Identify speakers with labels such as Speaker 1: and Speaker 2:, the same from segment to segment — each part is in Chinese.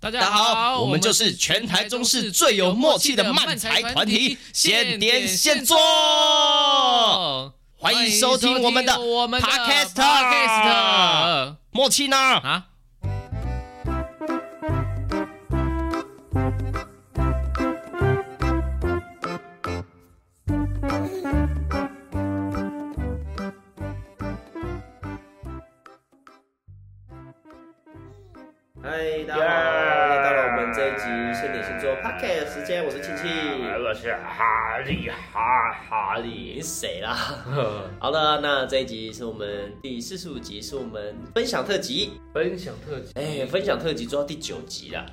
Speaker 1: 大
Speaker 2: 大家好，我们就是全台中市最有默契的漫才团体，现点现做。啊哦欢迎收听我们的
Speaker 1: 我们的
Speaker 2: Podcast
Speaker 1: Podcast
Speaker 2: 默契呢？
Speaker 1: 啊。
Speaker 3: 嗨，大家好，又到了我们这一集现点星座 Pocket 时间，我是庆庆。
Speaker 4: 我是哎哈利哈哈
Speaker 3: 你
Speaker 4: 利，
Speaker 3: 是谁 啦？好了，那这一集是我们第四十五集，是我们分享特辑。
Speaker 4: 分享特辑
Speaker 3: 哎、分享特辑做到第九集啦。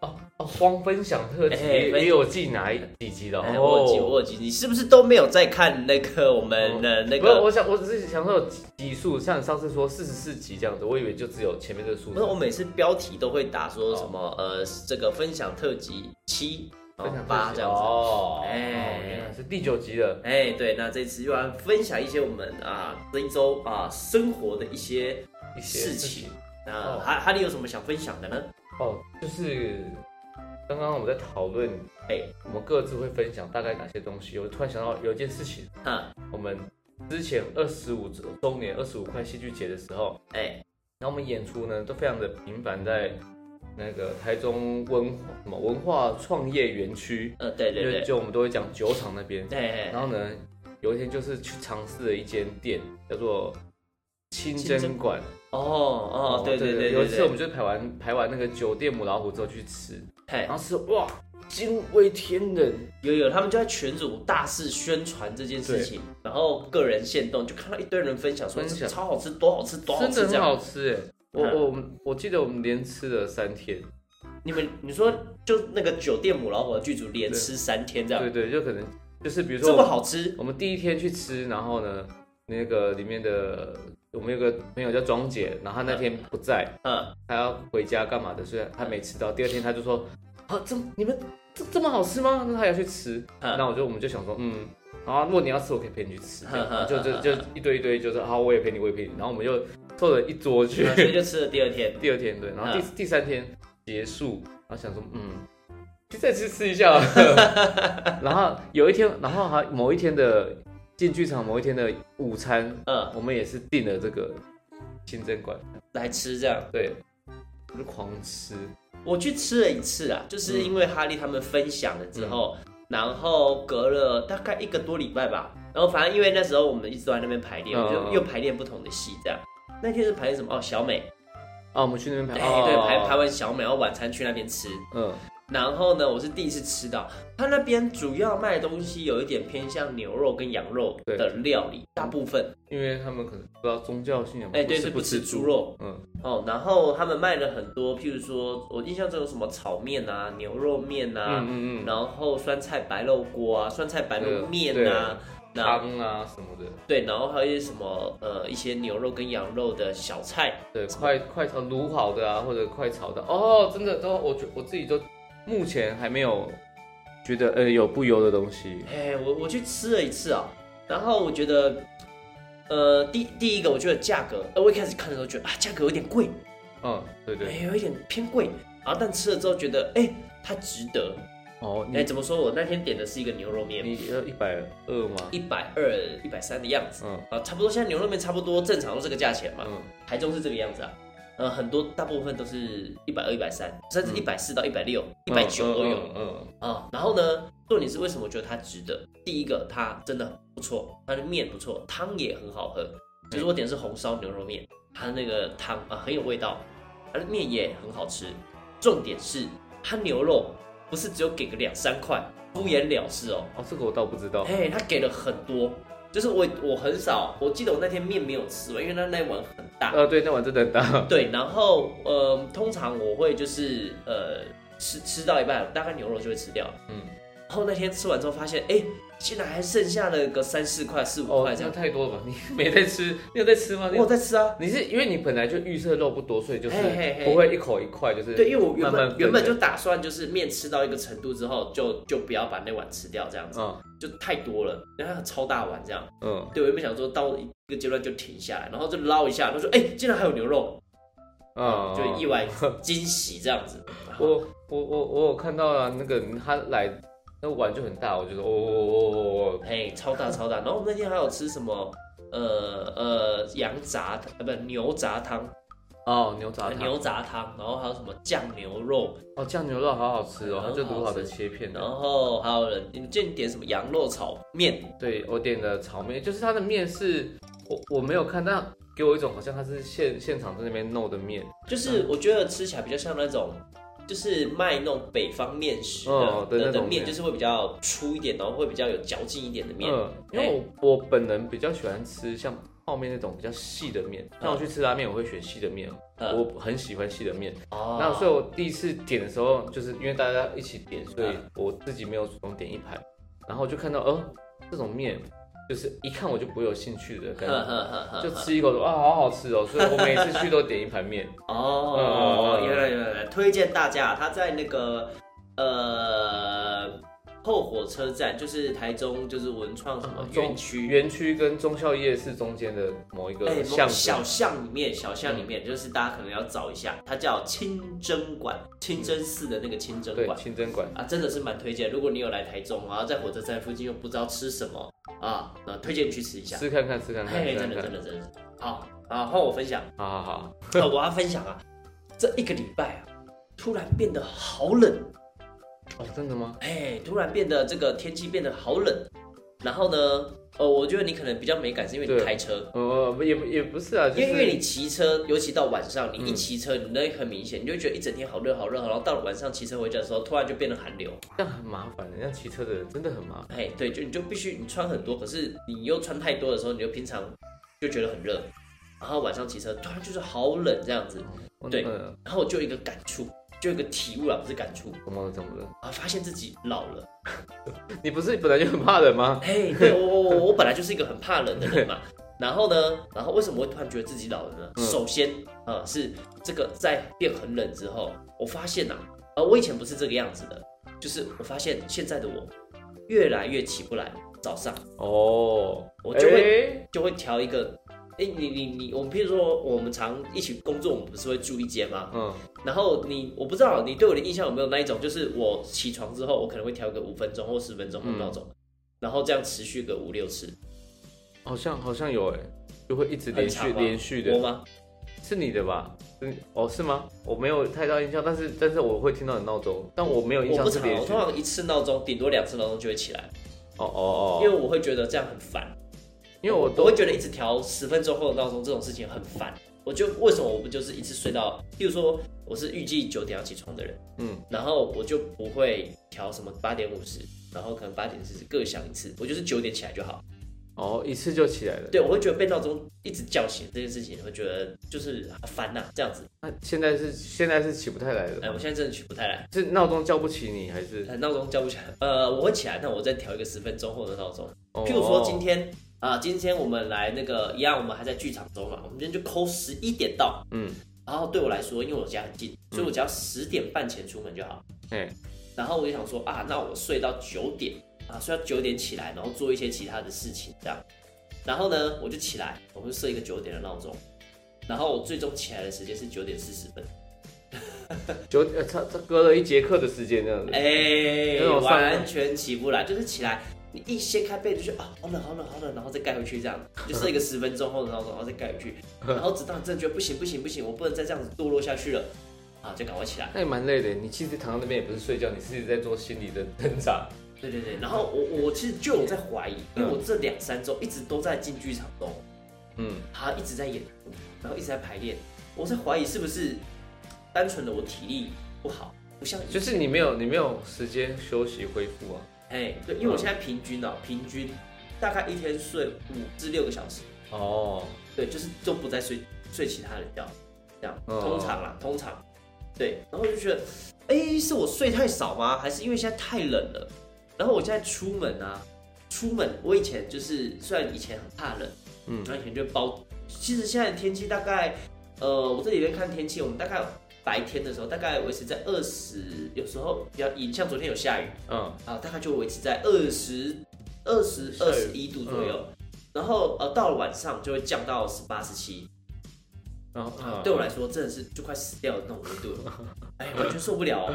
Speaker 4: 哦哦，荒分享特辑
Speaker 3: 哎
Speaker 4: 也
Speaker 3: 分
Speaker 4: 也有进来几集的
Speaker 3: 哎、
Speaker 4: 哦。
Speaker 3: 我有集，我有集，你是不是都没有在看那个我们的那
Speaker 4: 不是，
Speaker 3: 个？
Speaker 4: 我想我只是想说有集数，像你上次说四十四集这样子，我以为就只有前面这个数
Speaker 3: 不是，我
Speaker 4: 字。
Speaker 3: 每次标题都会打说什么、呃，这个分享特辑七、然后
Speaker 4: 哦分享特
Speaker 3: 八
Speaker 4: 辑
Speaker 3: 这样子。
Speaker 4: 哦，
Speaker 3: 哎
Speaker 4: 哦原来是第九集了。
Speaker 3: 哎、对，那这次又要分享一些我们啊这一周啊生活的一些
Speaker 4: 一些
Speaker 3: 事情。那
Speaker 4: 哦
Speaker 3: 哈哈利有什么想分享的呢？
Speaker 4: 哦，就是刚刚我们在讨论，
Speaker 3: 哎、
Speaker 4: 我们各自会分享大概哪些东西。我突然想到有一件事情，
Speaker 3: 嗯，
Speaker 4: 我们之前二十五周年、二十五块戏剧节的时候，
Speaker 3: 哎、
Speaker 4: 然后我们演出呢都非常的频繁，在那个台中文化什么文化创业园区，
Speaker 3: 呃，对对
Speaker 4: 因为
Speaker 3: 对，
Speaker 4: 就我们都会讲酒厂那边。
Speaker 3: 哎
Speaker 4: 然
Speaker 3: 哎，
Speaker 4: 后呢，有一天就是去尝试了一间店，叫做清
Speaker 3: 清
Speaker 4: 真
Speaker 3: 真
Speaker 4: 馆。
Speaker 3: 哦哦，对对对
Speaker 4: 有
Speaker 3: 对
Speaker 4: 一次
Speaker 3: 对，
Speaker 4: 我们就排完排完那个酒店母老虎之后去吃，
Speaker 3: 嘿
Speaker 4: 然，后吃哇，惊为天人。
Speaker 3: 有有，他们就在群组大肆宣传这件事情，然后个人限动就看到一堆人分享说
Speaker 4: 分享
Speaker 3: 这超好吃，多好吃，多好
Speaker 4: 真
Speaker 3: 吃
Speaker 4: 的
Speaker 3: 这
Speaker 4: 很
Speaker 3: 样
Speaker 4: 好。吃哎！我
Speaker 3: 嗯
Speaker 4: 我们我记得我们连吃了三天，
Speaker 3: 你们你说就那个酒店母老虎的剧组连吃三天这
Speaker 4: 对
Speaker 3: 样，
Speaker 4: 对，就可能就是比如说
Speaker 3: 这
Speaker 4: 我们
Speaker 3: 么好吃，
Speaker 4: 我们第一天去吃，然后呢，那个里面的我们有个朋友叫庄姐，然后她那天不在，
Speaker 3: 嗯，
Speaker 4: 她要回家干嘛的，所以她没吃到。第二天她就说：“啊，这你们这这么好吃吗？”那她要去吃。
Speaker 3: 嗯
Speaker 4: 那我就我们就想说，嗯，啊，如果你要吃，我可以陪你去吃。这样
Speaker 3: 嗯
Speaker 4: 就就就一堆一堆，就是好，我也陪你，我也陪你。然后我们就凑了一桌去。
Speaker 3: 啊所以就吃了第二天。
Speaker 4: 第二天对，
Speaker 3: 嗯
Speaker 4: 然后第第三天结束，然后想说，嗯，去再去吃一 下好了。然后有一天，然后还某一天的进剧场，某一天的午餐，
Speaker 3: 嗯，
Speaker 4: 我们也是订了这个清真馆，
Speaker 3: 来吃这样。
Speaker 4: 对，我就狂吃，
Speaker 3: 我去吃了一次啊，
Speaker 4: 嗯
Speaker 3: 就是因为哈利他们分享了之后，然后隔了大概一个多礼拜吧，然后反正因为那时候我们一直都在那边排练，
Speaker 4: 嗯
Speaker 3: 我们就又排练不同的戏这样。那天是排练什么？哦，小美，
Speaker 4: 啊，我们去那边拍，
Speaker 3: 对、
Speaker 4: 哦
Speaker 3: 哎对，排排，完小美，然后晚餐去那边吃。
Speaker 4: 嗯，
Speaker 3: 然后呢，我是第一次吃到他那边主要卖的东西有一点偏向牛肉跟羊肉
Speaker 4: 对
Speaker 3: 的料理，大部分
Speaker 4: 因为他们可能不知道宗教信仰，
Speaker 3: 哎对
Speaker 4: 不
Speaker 3: 是
Speaker 4: 是
Speaker 3: 不
Speaker 4: 不
Speaker 3: 吃
Speaker 4: 吃
Speaker 3: 猪，肉
Speaker 4: 嗯，
Speaker 3: 哦。然后他们卖了很多，譬如说我印象中有什么炒面啊、牛肉面啊，
Speaker 4: 嗯嗯嗯，
Speaker 3: 然后酸菜白肉锅啊，酸菜白肉面啊，然后
Speaker 4: 汤啊什么的，
Speaker 3: 对，然后还有一些什么呃一些牛肉跟羊肉的小菜，
Speaker 4: 对，快快炒卤好的啊，或者快炒的哦，真的都我觉我自己都目前还没有觉得呃有不油的东西，
Speaker 3: 哎，我我去吃了一次啊，然后我觉得，呃，第第一个我觉得价格，呃，我一开始看的时候觉得啊价格有点贵，
Speaker 4: 嗯，对对，
Speaker 3: 哎，有一点偏贵，然后但吃了之后觉得哎它值得，
Speaker 4: 哦，
Speaker 3: 哎，
Speaker 4: 你
Speaker 3: 怎么说我那天点的是一个牛肉面，
Speaker 4: 你呃要一百二吗？
Speaker 3: 一百二一百三的样子，
Speaker 4: 嗯
Speaker 3: 啊，差不多现在牛肉面差不多正常都这个价钱嘛，
Speaker 4: 嗯，
Speaker 3: 台中是这个样子啊，呃，很多大部分都是一百二、一百三，甚至一百四到一百六、一百九都有啊、
Speaker 4: 嗯嗯，
Speaker 3: 然后呢，重点是为什么我觉得它值得？第一个，它真的不错，它的面不错，汤也很好喝。
Speaker 4: 嗯
Speaker 3: 就是我点的是红烧牛肉面，它那个汤啊、很有味道，它的面也很好吃。重点是它牛肉不是只有给个两三块，敷衍了事哦，
Speaker 4: 哦，这个我倒不知道，
Speaker 3: 嘿，他给了很多。就是我我很少，我记得我那天面没有吃完，因为它那一碗很大。
Speaker 4: 呃，对，那碗真的很大，
Speaker 3: 对，然后呃，通常我会就是呃吃吃到一半，大概牛肉就会吃掉。
Speaker 4: 嗯，
Speaker 3: 然后那天吃完之后发现，哎，竟然还剩下了个三四块、四五
Speaker 4: 哦
Speaker 3: 块，这
Speaker 4: 那
Speaker 3: 样。
Speaker 4: 太多了吧？你 没在吃，你有在吃吗？
Speaker 3: 我
Speaker 4: 你
Speaker 3: 有在吃啊，
Speaker 4: 你是因为你本来就预设肉不多，所以就是
Speaker 3: 嘿嘿嘿
Speaker 4: 不会一口一块，就是
Speaker 3: 对，因为我原本
Speaker 4: 慢慢分
Speaker 3: 原本就打算就是面吃到一个程度之后，就就不要把那碗吃掉，这样子、
Speaker 4: 嗯
Speaker 3: 就太多了，然后超大碗这样。
Speaker 4: 嗯，
Speaker 3: 对，我原本想说到一个阶段就停下来，然后就捞一下，他说，哎，竟然还有牛肉，
Speaker 4: 嗯，
Speaker 3: 就意外惊喜这样子。然后
Speaker 4: 我我我我有看到了啊那个他来那碗就很大，我觉得哦哦哦哦哦，
Speaker 3: 嘿，超大超大。然后我们那天还有吃什么？呃呃，羊杂汤呃不牛杂汤，
Speaker 4: 哦牛杂汤
Speaker 3: 哎牛杂汤，然后还有什么酱牛肉，
Speaker 4: 哦酱牛肉好好吃哦，它就卤好的切片
Speaker 3: 然
Speaker 4: 的。
Speaker 3: 后还有人，你们见你点什么羊肉炒面？
Speaker 4: 对我点的炒面，就是它的面是我我没有看，但给我一种好像它是现现场在那边弄的面。
Speaker 3: 就是我觉得吃起来比较像那种，就是卖那种北方面食的、
Speaker 4: 哦对
Speaker 3: 的
Speaker 4: 那
Speaker 3: 的
Speaker 4: 种面
Speaker 3: 面，就是会比较粗一点，然后会比较有嚼劲一点的面。哎
Speaker 4: 嗯，因为我我本人比较喜欢吃像泡面那种比较细的面，那我去吃拉面我会选细的面，
Speaker 3: 嗯
Speaker 4: 我很喜欢细的面。
Speaker 3: 哦
Speaker 4: 那所以我第一次点的时候，就是因为大家一起点，所
Speaker 3: 嗯
Speaker 4: 以我自己没有主动点一盘，然后就看到，哦，这种面就是一看我就不会有兴趣的感
Speaker 3: 呵
Speaker 4: 觉，
Speaker 3: 呵呵呵
Speaker 4: 就吃一口说啊，好好吃哦，所以我每次去都点一盘面。
Speaker 3: 哦，
Speaker 4: 嗯
Speaker 3: 原来原来，原来推荐大家，他在那个呃后火车站，就是台中，就是文创什么
Speaker 4: 嗯中
Speaker 3: 园区，
Speaker 4: 园区跟中校夜市中间的某一
Speaker 3: 哎
Speaker 4: 个，
Speaker 3: 某
Speaker 4: 巷子，嗯
Speaker 3: 小巷里面，小巷里面，就是大家可能要找一下，它叫清真馆，清真寺的那个清真
Speaker 4: 嗯对，
Speaker 3: 馆。
Speaker 4: 清真馆，
Speaker 3: 啊，真的是蛮推荐。如果你有来台中，然后在火车站附近又不知道吃什么啊，那推荐你去吃一下。
Speaker 4: 吃看看，吃看看，
Speaker 3: 嘿，
Speaker 4: 吃
Speaker 3: 真
Speaker 4: 看
Speaker 3: 的真
Speaker 4: 看，
Speaker 3: 的真的。好，啊，换我分享。
Speaker 4: 好好好，
Speaker 3: 呃，我要分享啊，这一个礼拜啊，突然变得好冷，
Speaker 4: 哦，真的吗？
Speaker 3: 哎，突然变得这个天气变得好冷。然后呢，呃，我觉得你可能比较没感，是因为你
Speaker 4: 对
Speaker 3: 开车，
Speaker 4: 呃，也不也不是啊，就
Speaker 3: 因为因为
Speaker 4: 是
Speaker 3: 你骑车，尤其到晚上，你一
Speaker 4: 嗯
Speaker 3: 骑车，你那很明显，你就会觉得一整天好热好热，然后到了晚上骑车回家的时候，突然就变得寒流。
Speaker 4: 这样很麻烦的，像骑车的人真的很麻烦。
Speaker 3: 哎，对，就你就必须你穿很多，可是你又穿太多的时候，你就平常就觉得很热，然后晚上骑车突然就是好冷这样子，对
Speaker 4: 嗯
Speaker 3: 然后我就有一个感触，就有一个体悟啦，啊不是感触
Speaker 4: 怎么了怎么了？
Speaker 3: 啊，发现自己老了。
Speaker 4: 你不是本来就很怕冷吗？
Speaker 3: 哎，对我我我我本来就是一个很怕冷的人嘛，然后呢，然后为什么会突然觉得自己老了呢？
Speaker 4: 嗯
Speaker 3: 首先啊、呃是这个在变很冷之后，我发现呐、呃，我以前不是这个样子的，就是我发现现在的我越来越起不来，早上。
Speaker 4: 哦，
Speaker 3: 我就会
Speaker 4: 哎
Speaker 3: 就会调一个。哎、你你你，我们譬如说，我们常一起工作，我们不是会住一间吗？
Speaker 4: 嗯，
Speaker 3: 然后你，我不知道你对我的印象有没有那一种，就是我起床之后，我可能会调个五分钟或十分钟的闹
Speaker 4: 嗯
Speaker 3: 钟，然后这样持续个五六次，
Speaker 4: 好像好像有哎，就会一直
Speaker 3: 很
Speaker 4: 连
Speaker 3: 长
Speaker 4: 续
Speaker 3: 吗
Speaker 4: 连续
Speaker 3: 我
Speaker 4: 的，
Speaker 3: 吗？
Speaker 4: 是你的吧？嗯，哦，是吗？我没有太大印象，但是但是我会听到你闹钟，但我没有印
Speaker 3: 我
Speaker 4: 象
Speaker 3: 不
Speaker 4: 是
Speaker 3: 常，
Speaker 4: 连
Speaker 3: 我
Speaker 4: 续
Speaker 3: 通
Speaker 4: 的。
Speaker 3: 常一次闹钟，顶多两次闹钟就会起来，
Speaker 4: 哦哦
Speaker 3: 因为
Speaker 4: 哦，
Speaker 3: 我会觉得这样很烦，
Speaker 4: 因为我
Speaker 3: 我
Speaker 4: 都
Speaker 3: 会觉得一直调十分钟后的闹钟这种事情很烦。我就为什么我不就是一次睡到，譬如说我是预计九点要起床的人。
Speaker 4: 嗯
Speaker 3: 然后我就不会调什么八点五十，然后可能八点四十各响一次，我就是九点起来就好。
Speaker 4: 哦一次就起来了。
Speaker 3: 对，我会觉得被闹钟一直叫醒这件事情，会觉得就是很烦呐、这样子。
Speaker 4: 那现在是现在是起不太来
Speaker 3: 哎，
Speaker 4: 了，
Speaker 3: 我现在真的起不太来，
Speaker 4: 是闹钟叫不起你还是？
Speaker 3: 呃闹钟叫不起来。呃，我会起来，那我再调一个十分钟后的闹钟。
Speaker 4: 哦
Speaker 3: 譬如说今天啊、今天我们来那个一样，我们还在剧场中嘛，我们今天就抠十一点到。
Speaker 4: 嗯，
Speaker 3: 然后对我来说，因为我家很近，所以我只要十点半前出门就好。
Speaker 4: 哎
Speaker 3: 然后我就想说啊，那我睡到九点啊，睡到九点起来，然后做一些其他的事情这样。然后呢，我就起来，我就设一个九点的闹钟，然后我最终起来的时间是九点四十分。
Speaker 4: 九呃差差隔了一节课的时间这样子。
Speaker 3: 哎
Speaker 4: 那，种上
Speaker 3: 完全起不来，就是起来。你一掀开被子就啊，好冷好冷好冷，然后再盖回去这样，就设一个十分钟后的闹钟，然后再盖回去，然后直到你真的觉得不行不行不行，我不能再这样子堕落下去了，啊，就赶快起来。
Speaker 4: 那也蛮累的，你其实躺在那边也不是睡觉，你是一直在做心理的 挣扎。
Speaker 3: 对对对，然后我我其实就有在怀疑，因为我这两三周一直都在进剧场中，
Speaker 4: 嗯，
Speaker 3: 他一直在演，然后一直在排练，我在怀疑是不是单纯的我体力不好，不像以
Speaker 4: 就是你没有你没有时间休息恢复啊。
Speaker 3: 哎，对，因为我现在平均啊，平均大概一天睡五至六个小时，
Speaker 4: 哦，
Speaker 3: 对，就是都不再睡睡其他人觉，这样，
Speaker 4: 哦
Speaker 3: 通常啦，通常，对，然后我就觉得，哎，是我睡太少吗？还是因为现在太冷了？然后我现在出门啊，出门，我以前就是虽然以前很怕冷，
Speaker 4: 嗯
Speaker 3: 然后以前就包，其实现在的天气大概，呃，我这里面看天气，我们大概白天的时候大概维持在二十，有时候比较阴，像昨天有下雨，
Speaker 4: 嗯，
Speaker 3: 啊，大概就维持在二十二十
Speaker 4: 下
Speaker 3: 二十
Speaker 4: 雨
Speaker 3: 一度左右，然后呃到了晚上就会降到十八十七，
Speaker 4: 然后啊
Speaker 3: 对我来说真的是就快死掉的那种温度了， 哎，完全受不了、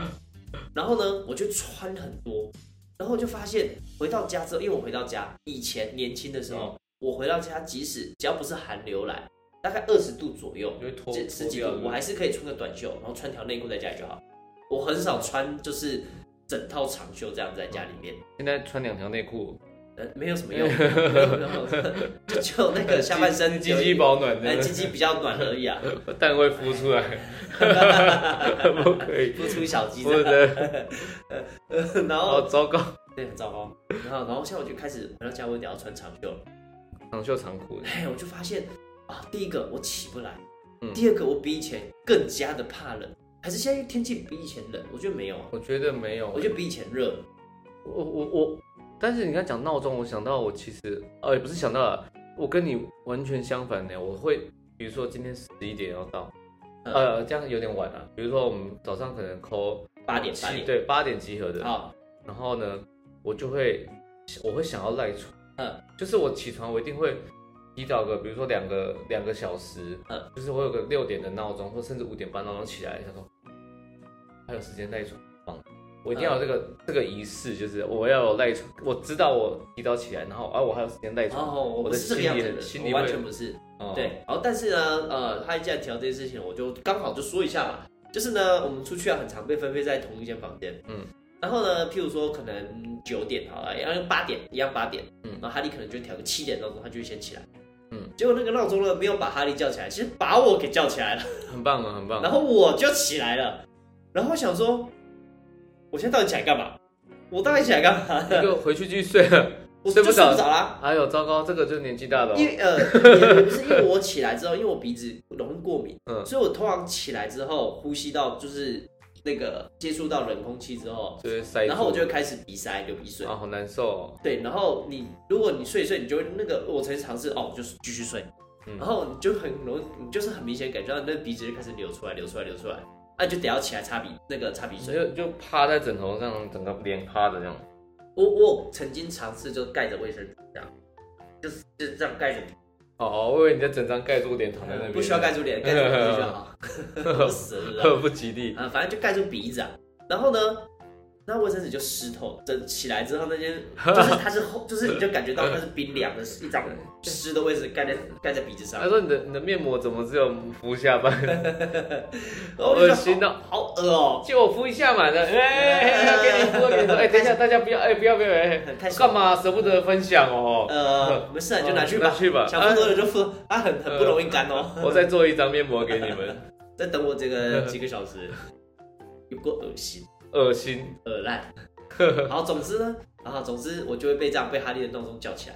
Speaker 3: 然后呢，我就穿很多，然后就发现回到家之后，因为我回到家以前年轻的时候，
Speaker 4: 嗯
Speaker 3: 我回到家即使只要不是寒流来，大概二十度左右
Speaker 4: 就，会脱
Speaker 3: 这十
Speaker 4: 脱
Speaker 3: 几度
Speaker 4: 掉的，
Speaker 3: 我还是可以穿个短袖，然后穿条内裤在家里就好。我很少穿就是整套长袖这样在家里面，
Speaker 4: 现在穿两条内裤，
Speaker 3: 呃，没有什么 用，没有什么用就只有那个下半身
Speaker 4: 鸡鸡保暖
Speaker 3: 哎，
Speaker 4: 的，
Speaker 3: 鸡鸡比较暖而已啊，
Speaker 4: 蛋会孵出来， 不可以，
Speaker 3: 不出小鸡
Speaker 4: 我
Speaker 3: 这样。
Speaker 4: 的
Speaker 3: 然
Speaker 4: 好
Speaker 3: 后
Speaker 4: 糟糕，
Speaker 3: 对，很糟糕。然后然后现在我就开始回到家，我得要穿长袖了。
Speaker 4: 长袖长裤，
Speaker 3: 哎，我就发现啊，第一个我起不来，
Speaker 4: 嗯
Speaker 3: 第二个我比以前更加的怕冷，还是现在天气比以前冷？我觉得没有啊，
Speaker 4: 我觉得没有，
Speaker 3: 我觉得比以前热。
Speaker 4: 我我我，但是你刚才讲闹钟，我想到我其实呃也不是想到了，我跟你完全相反呢。我会比如说今天十一点要到，
Speaker 3: 嗯
Speaker 4: 呃这样有点晚了、比如说我们早上可能扣
Speaker 3: 八点八点，
Speaker 4: 对八点集合的，
Speaker 3: 好，
Speaker 4: 然后呢我就会我会想要赖床，
Speaker 3: 嗯，
Speaker 4: 就是我起床我一定会提早个比如说两个两个小时，
Speaker 3: 嗯，
Speaker 4: 就是我有个六点的闹钟或甚至五点半闹钟起来，想说还有时间赖床。我一定要有这个、
Speaker 3: 嗯
Speaker 4: 这个仪式，就是我要有赖床，我知道我提早起来，然后啊，我还有时间赖
Speaker 3: 然
Speaker 4: 床。
Speaker 3: 后我
Speaker 4: 我
Speaker 3: 不
Speaker 4: 的
Speaker 3: 是这个
Speaker 4: 心
Speaker 3: 样
Speaker 4: 里
Speaker 3: 子的
Speaker 4: 很
Speaker 3: 人，
Speaker 4: 心
Speaker 3: 我
Speaker 4: 里
Speaker 3: 完
Speaker 4: 会
Speaker 3: 全不是。
Speaker 4: 哦，
Speaker 3: 哦对，然后但是呢，呃，他既然提到这件事情，我就刚好就说一下嘛，就是呢，我们出去啊，很常被分配在同一间房间，
Speaker 4: 嗯，
Speaker 3: 然后呢，譬如说可能九点好了，然后八点一样八点，
Speaker 4: 嗯
Speaker 3: 然后哈利可能就调个七点闹钟，他就会先起来，
Speaker 4: 嗯，
Speaker 3: 结果那个闹钟呢没有把哈利叫起来，其实把我给叫起来了，
Speaker 4: 很棒啊，很棒。
Speaker 3: 然后我就起来了，然后我想说，我现在到底起来干嘛？我到底起来干嘛？
Speaker 4: 一个回去继续睡了。
Speaker 3: 我就
Speaker 4: 睡不
Speaker 3: 睡不
Speaker 4: 着
Speaker 3: 着啦，
Speaker 4: 哎呦，糟糕，这个就是年纪大的、
Speaker 3: 因
Speaker 4: 哦。
Speaker 3: 为呃，也不是因为我起来之后，因为我鼻子容易过敏，
Speaker 4: 嗯
Speaker 3: 所以我通常起来之后呼吸到就是那个接触到冷空气之后，
Speaker 4: 就是塞住，
Speaker 3: 然后我就会开始鼻塞流鼻水。
Speaker 4: 啊，好难受、哦。
Speaker 3: 对，然后你如果你睡一睡，你就会那个，我曾经尝试哦，我就是继续睡，
Speaker 4: 嗯
Speaker 3: 然后你就很容易，你就是很明显感觉到你那鼻子就开始流出来，流出来，流出来，啊，你就得要起来擦鼻那个擦鼻
Speaker 4: 你
Speaker 3: 水。
Speaker 4: 就就趴在枕头上，整个脸趴着这样。
Speaker 3: 我我曾经尝试就盖着卫生纸这样，就是就是这样盖着，
Speaker 4: 哦，我以为你在整张盖住脸躺在那边，
Speaker 3: 不需 要盖住脸，盖住鼻子就好， 我死了是 不是。
Speaker 4: 呵，不吉利。
Speaker 3: 啊，反正就盖住鼻子啊。然后呢，那卫生纸就湿透，整起来之后，那 件就是它是厚，就是你就感觉到它是冰凉的，一张湿的卫生纸盖在盖在鼻子上
Speaker 4: 他，说你的你的面膜怎么只有敷 下半？
Speaker 3: 然后我就
Speaker 4: 恶
Speaker 3: 觉
Speaker 4: 心
Speaker 3: 得
Speaker 4: 哦
Speaker 3: 好好恶 哦、
Speaker 4: 借我敷一下 嘛，这样哎，给你敷，给你敷。哎，等一下，大家不要，哎，不要，不要，哎，
Speaker 3: 太爽
Speaker 4: 干嘛舍不得分享 哦？
Speaker 3: 呃，没事啊，你就拿去
Speaker 4: 拿
Speaker 3: 吧，
Speaker 4: 去吧哎
Speaker 3: 想敷多久就敷，啊，很很不容易干 哦。
Speaker 4: 我再做一张面膜给你们，
Speaker 3: 再等我这个几个小 时，有够恶心，
Speaker 4: 恶心。
Speaker 3: 恶烂。好，总之呢，然后总之我就会被这样被哈利的闹钟叫起来，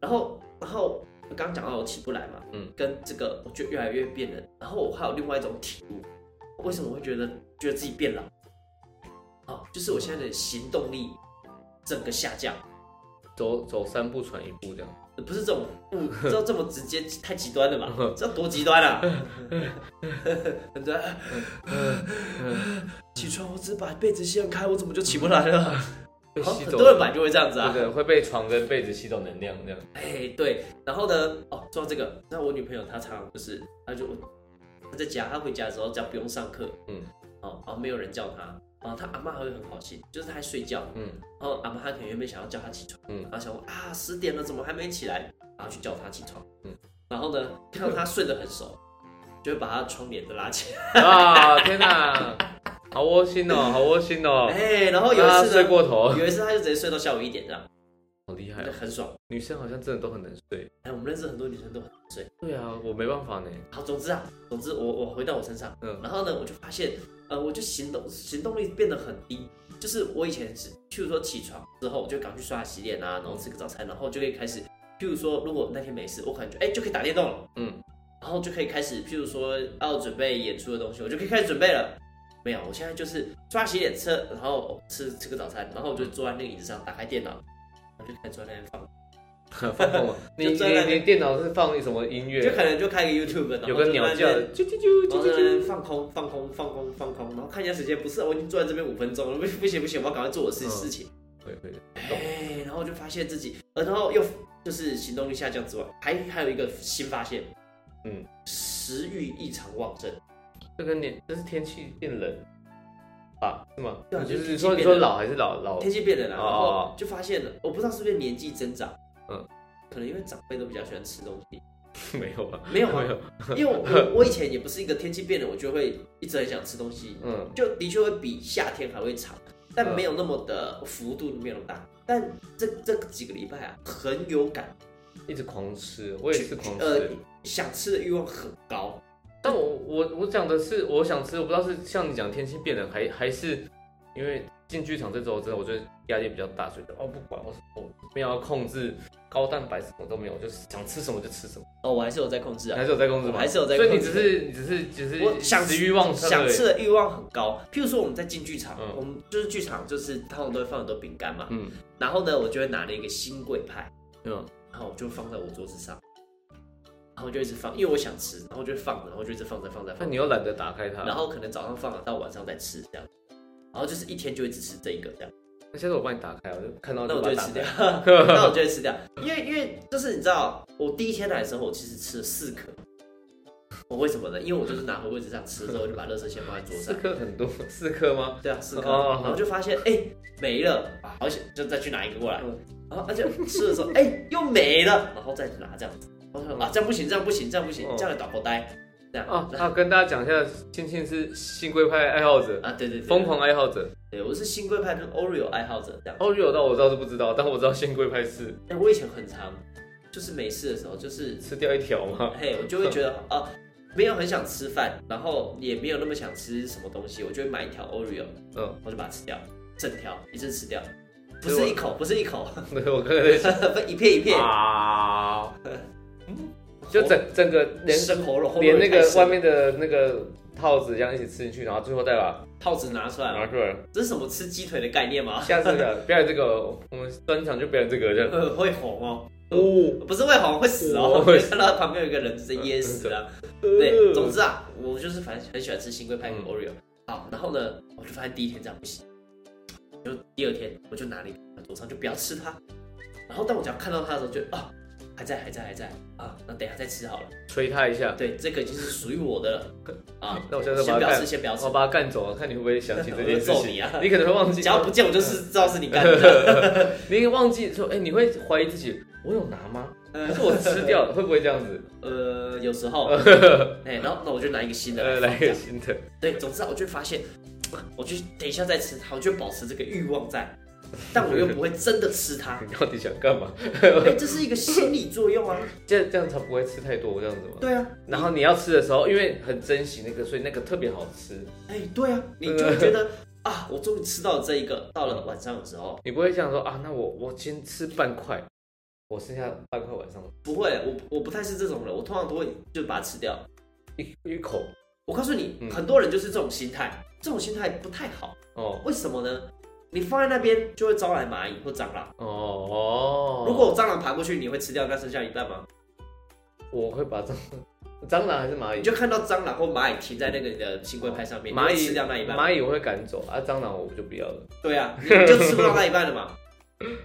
Speaker 3: 然后然后我刚刚讲到我起不来嘛，
Speaker 4: 嗯
Speaker 3: 嗯，跟这个我觉得越来越变冷，然后我还有另外一种体悟，为什么我会觉得觉得自己变老？哦，就是我现在的行动力整个下降，
Speaker 4: 走走三步喘一步这 样，
Speaker 3: 不是这种，嗯，知道这么直接太极端了嘛？知道多极端啊？ 很多人起床，我只把被子掀开，我怎么就起不来了？
Speaker 4: 被
Speaker 3: 好
Speaker 4: 吸
Speaker 3: 很
Speaker 4: 走。
Speaker 3: 多人本来就会这样子啊
Speaker 4: 对。对，会被床跟被子吸走能量这样。
Speaker 3: 哎，对，然后呢，哦，说到这个，那我女朋友她常常就是，她就她在家，她回家的时候，只要不用上课，
Speaker 4: 嗯
Speaker 3: 嗯，哦，哦，没有人叫她，哦，她阿妈还会很好心，就是她在睡觉，
Speaker 4: 嗯，
Speaker 3: 然后阿妈她可能原本想要叫她起床，
Speaker 4: 嗯
Speaker 3: 嗯，然后想说啊十点了怎么还没起来，然后去叫她起床，
Speaker 4: 嗯
Speaker 3: 嗯，然后呢，看到她睡得很熟，就会把她的窗帘都拉起来，
Speaker 4: 啊，天哪，好窝心哦，好窝心哦。
Speaker 3: 哎，然后有
Speaker 4: 他
Speaker 3: 一次
Speaker 4: 睡
Speaker 3: 呢，
Speaker 4: 过头，
Speaker 3: 有一次她就直接睡到下午一点这样，
Speaker 4: 好厉害
Speaker 3: 就
Speaker 4: 哦。
Speaker 3: 很爽。
Speaker 4: 女生好像真的都很能睡。
Speaker 3: 哎，我们认识很多女生都很睡。
Speaker 4: 对啊，我没办法呢。
Speaker 3: 好，总之啊，总之我我回到我身上，
Speaker 4: 嗯
Speaker 3: 然后呢，我就发现，呃，我就行动行动力变得很低。就是我以前是，譬如说起床之后，我就赶快去刷牙洗脸啊，然后吃个早餐，然后就可以开始，譬如说，如果那天没事，我可能就哎、就可以打电动了，
Speaker 4: 嗯，
Speaker 3: 然后就可以开始，譬如说要准备演出的东西，我就可以开始准备了。没有，我现在就是刷牙洗脸吃，然后吃吃个早餐，然后我就坐在那个椅子上，打开电脑，然后就开始坐在那边放，
Speaker 4: 放空了。你
Speaker 3: 就在那
Speaker 4: 你
Speaker 3: 边
Speaker 4: 你电脑是放什么音
Speaker 3: 就
Speaker 4: 乐？
Speaker 3: 可能就开个 YouTube，然后
Speaker 4: 有个
Speaker 3: 就
Speaker 4: 鸟
Speaker 3: 在那
Speaker 4: 叫
Speaker 3: 边
Speaker 4: 的，啾啾啾
Speaker 3: 然
Speaker 4: 啾
Speaker 3: 后在那
Speaker 4: 啾
Speaker 3: 边
Speaker 4: 啾。
Speaker 3: 放空、放空、放空、放空，然后看一下时间，不是，我已经坐在这边五分钟了，不不行不行，我要赶快做我事
Speaker 4: 嗯
Speaker 3: 事情。
Speaker 4: 会会的，
Speaker 3: 哎、然后就发现自己，呃，然后又就是行动力下降之外，还还有一个新发现，
Speaker 4: 嗯，
Speaker 3: 食欲异常旺盛。
Speaker 4: 这跟你这是天气变冷啊，是吗？
Speaker 3: 对啊
Speaker 4: 就
Speaker 3: 就是是
Speaker 4: 说
Speaker 3: 天气变
Speaker 4: 你说
Speaker 3: 冷
Speaker 4: 老还是老老
Speaker 3: 天气变冷了，然
Speaker 4: 哦
Speaker 3: 后就发现了，我不知道是不是年纪增长，
Speaker 4: 嗯，
Speaker 3: 可能因为长辈都比较喜欢吃东西，
Speaker 4: 没有吧？
Speaker 3: 没有啊
Speaker 4: 没有，
Speaker 3: 因为我我我以前也不是一个天气变冷我就会一直很想吃东西，
Speaker 4: 嗯，
Speaker 3: 就的确会比夏天还会长，但没有那么的幅度没有那么大，但这这几个礼拜啊很有感，
Speaker 4: 一直狂吃，我也是狂吃。
Speaker 3: 呃，想吃的欲望很高，
Speaker 4: 但我我我讲的是，我想吃，我不知道是像你讲天气变冷，还还是因为进剧场这周真的我觉得压力比较大，所以就哦不管我我没有要控制高蛋白什么都没有，我就是想吃什么就吃什么，
Speaker 3: 哦，我还是有在控制啊
Speaker 4: 还。是有在控制
Speaker 3: 我
Speaker 4: 吗？
Speaker 3: 还是有在
Speaker 4: 所以你
Speaker 3: 控
Speaker 4: 只
Speaker 3: 制
Speaker 4: 是你只是只是
Speaker 3: 我想
Speaker 4: 食欲旺盛，
Speaker 3: 想吃，的欲望很高，譬如说我们在进剧场，
Speaker 4: 嗯
Speaker 3: 我们就是剧场就是他们都会放很多饼干嘛，
Speaker 4: 嗯
Speaker 3: 然后呢，我就会拿了一个新贵派，
Speaker 4: 嗯，
Speaker 3: 然后我就放在我桌子上，然后就一直放，因为我想吃，然后就放着，然后就一直放着放着
Speaker 4: 那
Speaker 3: 放着，
Speaker 4: 你又懒得打开它，
Speaker 3: 然后可能早上放了到晚上再吃这样，然后就是一天就一直吃这一个这样，
Speaker 4: 那现在我帮你打开，我就看到
Speaker 3: 那我
Speaker 4: 把
Speaker 3: 就
Speaker 4: 它
Speaker 3: 会
Speaker 4: 打
Speaker 3: 吃掉
Speaker 4: 开，，
Speaker 3: 那我就会吃掉，因为因为就是你知道，我第一天来的时候，我其实吃了四颗。我为什么呢？因为我就是拿回位置上吃之后，我就把垃圾先放在桌
Speaker 4: 四
Speaker 3: 上。
Speaker 4: 颗很多，四颗吗？
Speaker 3: 对啊，四颗，
Speaker 4: 哦
Speaker 3: 然后就发现哎、没了，啊而且就再去拿一个过来
Speaker 4: 嗯，
Speaker 3: 然后而且吃的时候哎、又没了，然后再拿这样子，然后说啊这样不行，这样不行，这样不行
Speaker 4: 嗯，
Speaker 3: 这样的导口呆，这样
Speaker 4: 啊，
Speaker 3: 然后
Speaker 4: 那跟大家讲一下，青青是新龟派爱好者，
Speaker 3: 啊对对对，
Speaker 4: 疯，狂爱好者。
Speaker 3: 对我是新贵派跟 Oreo 爱好者这样，
Speaker 4: 哦，有到我倒是不知道，但我知道新龟派是
Speaker 3: 哎、我以前很常就是没事的时候就是
Speaker 4: 吃掉一条吗？
Speaker 3: 嘿我就会觉得啊没有很想吃饭，然后也没有那么想吃什么东西，我就会买一条 Oreo，
Speaker 4: 嗯，
Speaker 3: 我就把它吃掉，整条一次吃掉，不
Speaker 4: 所以
Speaker 3: 是
Speaker 4: 我
Speaker 3: 一口，不是一口，
Speaker 4: 对，嗯我刚才在想
Speaker 3: 不一片一片。
Speaker 4: 啊，就整整个连
Speaker 3: 生喉咙，
Speaker 4: 连那个外面的那个套子这样一起吃进去，然后最后再把
Speaker 3: 套子拿出来
Speaker 4: 拿
Speaker 3: 嘛，
Speaker 4: 出来。
Speaker 3: 这是什么吃鸡腿的概念吗？
Speaker 4: 啊下次的表演这个，我们专场就表演这个这样。
Speaker 3: 呃， 会红哦，
Speaker 4: 哦，
Speaker 3: 不是会红，会死哦。
Speaker 4: 啊会
Speaker 3: 会 看到旁边有一个人直接噎死啊了。对，
Speaker 4: 对
Speaker 3: 总之啊，我就是反正很喜欢吃新贵派跟
Speaker 4: 嗯
Speaker 3: Oreo。好，然后呢，我就发现第一天这样不行，就第二天我就拿了一个啊桌上就不要吃它。然后当我只要看到它的时候就，啊，还在，还在，还在啊，那等一下再吃好了。
Speaker 4: 捶他一下，
Speaker 3: 对，这个已经是属于我的了啊。
Speaker 4: 那我下次
Speaker 3: 先不
Speaker 4: 把它
Speaker 3: 要
Speaker 4: 干
Speaker 3: 吃，，先不要吃
Speaker 4: 我。把它干走，看你会不会想起这件 事
Speaker 3: 我就揍
Speaker 4: 情
Speaker 3: 你啊。
Speaker 4: 你可能会忘记
Speaker 3: 只，要不见我就是知道是你干 的。
Speaker 4: 你忘记说，哎，你会怀疑自己，我有拿吗？还是我吃掉了？会不会这样 子？
Speaker 3: 呃，有时 候，哎、然后那我就拿一个新的
Speaker 4: 呃，
Speaker 3: 来
Speaker 4: 来
Speaker 3: 放
Speaker 4: 一
Speaker 3: 这
Speaker 4: 个
Speaker 3: 样
Speaker 4: 新的。
Speaker 3: 对，总之啊，我就发现，我就等一下再吃它，我就保持这个欲望在，但我又不会真的吃它。
Speaker 4: 你到底想干嘛？
Speaker 3: 哎、这是一个心理作 用啊。
Speaker 4: 这这样才不会吃太多，这样子吗？
Speaker 3: 对啊，
Speaker 4: 然后你要吃的时候，因为很珍惜那个，所以那个特别好吃。
Speaker 3: 哎、对啊，你就会觉得啊，我终于吃到了这一个。到了晚上的时候，
Speaker 4: 你不会想说啊，那我我先吃半块，我剩下半块晚上
Speaker 3: 不会，我我不太是这种人，我通常都会就把它吃掉。
Speaker 4: 一一口
Speaker 3: 我告诉你，
Speaker 4: 嗯
Speaker 3: 很多人就是这种心态，这种心态不太好。
Speaker 4: 哦
Speaker 3: 为什么呢？你放在那边就会招来蚂蚁或蟑螂。
Speaker 4: 哦哦。
Speaker 3: 如果蟑螂爬过去，你会吃掉那剩下一半吗？
Speaker 4: 我会把蟑蟑螂还是蚂蚁
Speaker 3: 你，就看到蟑螂或蚂蚁停在那个你的新龟派上面，
Speaker 4: 蚂
Speaker 3: 你会
Speaker 4: 蚁
Speaker 3: 吃掉那一半。
Speaker 4: 蚂蚁我会赶走啊，蟑螂我就不要了。
Speaker 3: 对啊，你就吃不到那一半了 嘛，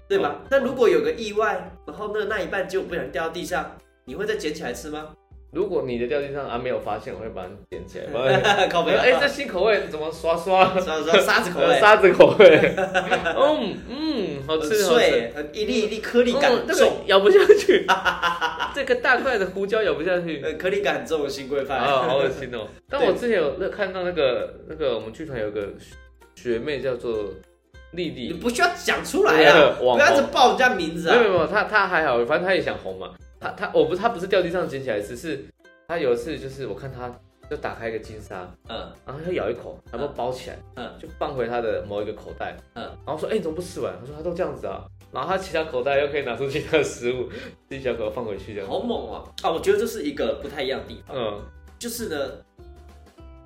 Speaker 3: 对吧？
Speaker 4: 哦
Speaker 3: 但如果有个意外，然后那那一半结果不小心掉到地上，你会再捡起来吃吗？
Speaker 4: 如果你的掉地上啊没有发现，我会把它捡起来。把 它
Speaker 3: 靠背啊，
Speaker 4: 哎，这新口味怎么刷刷？
Speaker 3: 什么 什么沙子口味，
Speaker 4: 沙子口味，嗯嗯，好
Speaker 3: 很
Speaker 4: 吃好吃。
Speaker 3: 碎，很一粒一粒颗粒感
Speaker 4: 哦，
Speaker 3: 很
Speaker 4: 那个
Speaker 3: 重，
Speaker 4: 咬不下 去，这个大块的胡椒咬不下去，
Speaker 3: 呃，颗粒感很重的新龟派。
Speaker 4: 啊，好恶心哦！ 但我之前有那看到那个那个我们剧团有个学妹叫做丽
Speaker 3: 你
Speaker 4: 丽，
Speaker 3: 不需要讲出来啊，
Speaker 4: 网
Speaker 3: 不要一直
Speaker 4: 红
Speaker 3: 报人家名字
Speaker 4: 没有没
Speaker 3: 啊。
Speaker 4: 有没有，她她还好，反正她也想红嘛。她她我不是她不是掉地上捡起来吃，是她有一次就是我看她就打开一个金沙，
Speaker 3: 嗯，
Speaker 4: 然后她就咬一口，然后包起来，
Speaker 3: 嗯
Speaker 4: 就放回她的某一个口袋，
Speaker 3: 嗯
Speaker 4: 然后说哎、你怎么不吃完？她说她都这样子啊，然后她其他口袋又可以拿出其他的食物， 自己小口放回去这样。
Speaker 3: 好猛啊！啊，我觉得这是一个不太一样的地方，
Speaker 4: 嗯，
Speaker 3: 就是呢，